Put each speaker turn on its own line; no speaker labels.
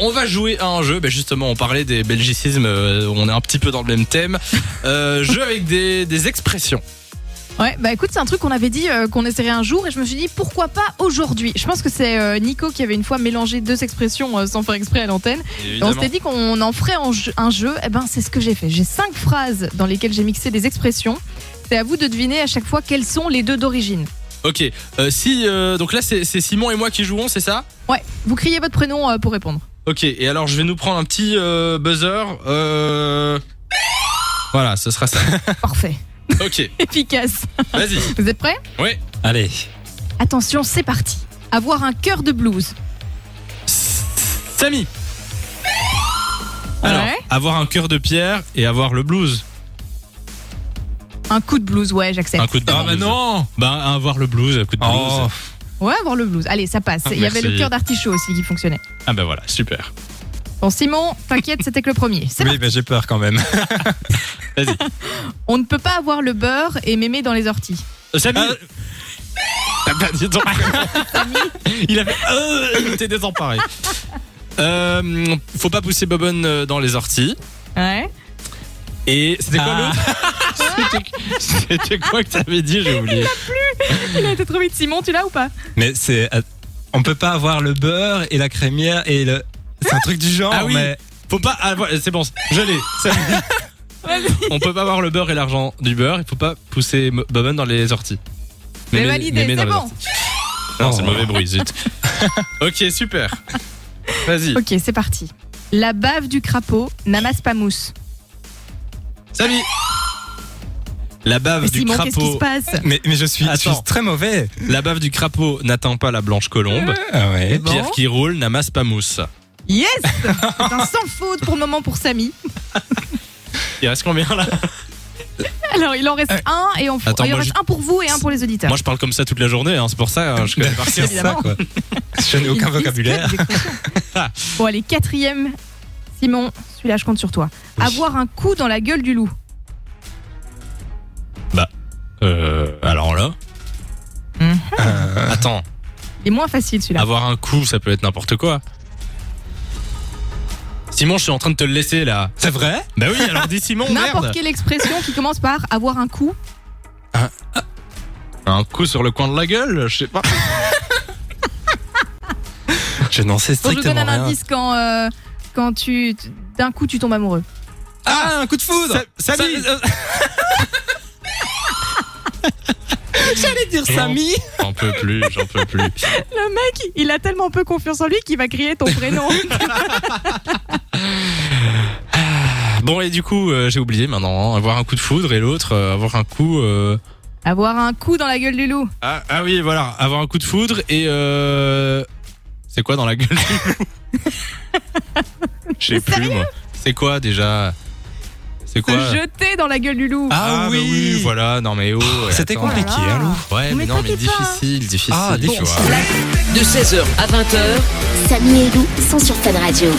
On va jouer à un jeu, ben justement on parlait des belgicismes, euh, on est un petit peu dans le même thème. Euh, jeu avec des, des expressions.
Ouais, bah écoute, c'est un truc qu'on avait dit euh, qu'on essaierait un jour et je me suis dit pourquoi pas aujourd'hui. Je pense que c'est euh, Nico qui avait une fois mélangé deux expressions euh, sans faire exprès à l'antenne. Et On
Évidemment.
s'était dit qu'on en ferait en jeu- un jeu. Et ben c'est ce que j'ai fait. J'ai cinq phrases dans lesquelles j'ai mixé des expressions. C'est à vous de deviner à chaque fois quelles sont les deux d'origine.
Ok, euh, si euh, donc là c'est c'est Simon et moi qui jouons, c'est ça
Ouais, vous criez votre prénom euh, pour répondre.
Ok, et alors je vais nous prendre un petit euh, buzzer. euh, Voilà, ce sera ça.
Parfait,
Ok,
efficace.
vas-y.
Vous êtes prêts
Ouais. Allez.
Attention, c'est parti. Avoir un cœur de blues.
Samy. Alors,
Ouais.
avoir un cœur de pierre et avoir le blues.
Un coup de blues, ouais, j'accepte.
coup de
Ah bah non
Bah avoir le blues, un coup de
Oh.
Ouais, avoir le blues. Allez, ça passe.
Ah,
Il y avait le
merci.
cœur d'artichaut aussi qui fonctionnait.
Ah bah voilà, super.
Bon, Simon, t'inquiète, c'était que le premier. C'est
Oui, mais j'ai peur quand même.
On ne peut pas avoir le beurre et mémé dans les orties.
Euh, Samy
Ah.
T'as perdu ton Il avait. Euh, T'es désemparé. Euh, faut pas pousser Bobonne euh, dans les orties.
Ouais.
Et c'était quoi
Ah.
l'autre C'était- C'était quoi que t'avais dit J'ai oublié.
Il a été trop vite. Simon, tu l'as ou pas
Mais c'est. euh, On peut pas avoir le beurre et la crémière et le. C'est un truc du genre,
Ah oui.
mais.
Faut pas. ah, voilà, c'est bon, je l'ai. Ça- On peut pas avoir le beurre et l'argent du beurre. Il faut pas pousser Mo- Bobonne dans les orties.
Mais
Mémé-
validé,
mémé dans
c'est
les
bon.
orties. Non, c'est
Oh.
mauvais bruit, zut. ok, super. Vas-y.
Ok, c'est parti. La bave du crapaud n'amasse pas mousse.
Samy La bave
Mais
du
Simon, qu'est-ce qui
crapaud.
se passe
Mais, mais je, suis, je suis
Attends.
très mauvais.
La bave du crapaud n'atteint pas la blanche colombe.
Ah ouais.
Euh, bon
Pierre qui roule n'amasse pas mousse.
Yes C'est un sans faute pour le moment pour Samy.
Il reste combien là
Alors, il en reste un et on
Attends,
il en
moi,
reste un pour vous et un pour les auditeurs.
Moi je parle comme ça toute la journée, hein, c'est pour ça hein, je connais par
Bah, C'est
cœur.
ça,
Évidemment.
quoi. Je n'ai
Il
aucun
discute
vocabulaire.
des expressions. bon, allez, quatrième. Simon, celui-là, je compte sur toi.
Oui.
Avoir un coup dans la gueule du loup.
Euh, alors là.
Mhm.
Euh,
Attends,
Il est moins facile, celui-là.
avoir un coup ça peut être n'importe quoi. Simon, je suis en train de te le laisser là.
C'est vrai
Bah oui, alors dis Simon,
N'importe
merde
quelle expression qui commence par avoir un coup.
Un coup sur le coin de la gueule, je sais pas.
Je n'en sais
Bon, je vous donne
strictement
un
rien.
indice quand, euh, quand tu, tu- d'un coup tu tombes amoureux.
Ah, un coup de foudre euh,
Sa-
Samy
Sa-
J'allais dire Samy
J'en peux plus, j'en peux plus.
Le mec, il a tellement peu confiance en lui qu'il va crier ton prénom.
Ah
Bon et du coup, euh, j'ai oublié maintenant, hein, avoir un coup de foudre et l'autre, euh, avoir un coup... euh,
avoir un coup dans la gueule du loup.
Ah, ah oui, voilà, avoir un coup de foudre et... euh, C'est quoi dans la gueule du loup Je sais plus moi. C'est quoi déjà C'est quoi
Se jeter dans la gueule du loup.
bah
Ah oui.
voilà, non mais oh ouais,
C'était
attends.
compliqué, hein, Lou
Ouais,
Mais
mais non, mais
t'inquiète pas.
difficile, difficile.
Ah,
tu
difficile.
de
vois.
16h à 20h
Samy et Lou sont sur Fan Radio.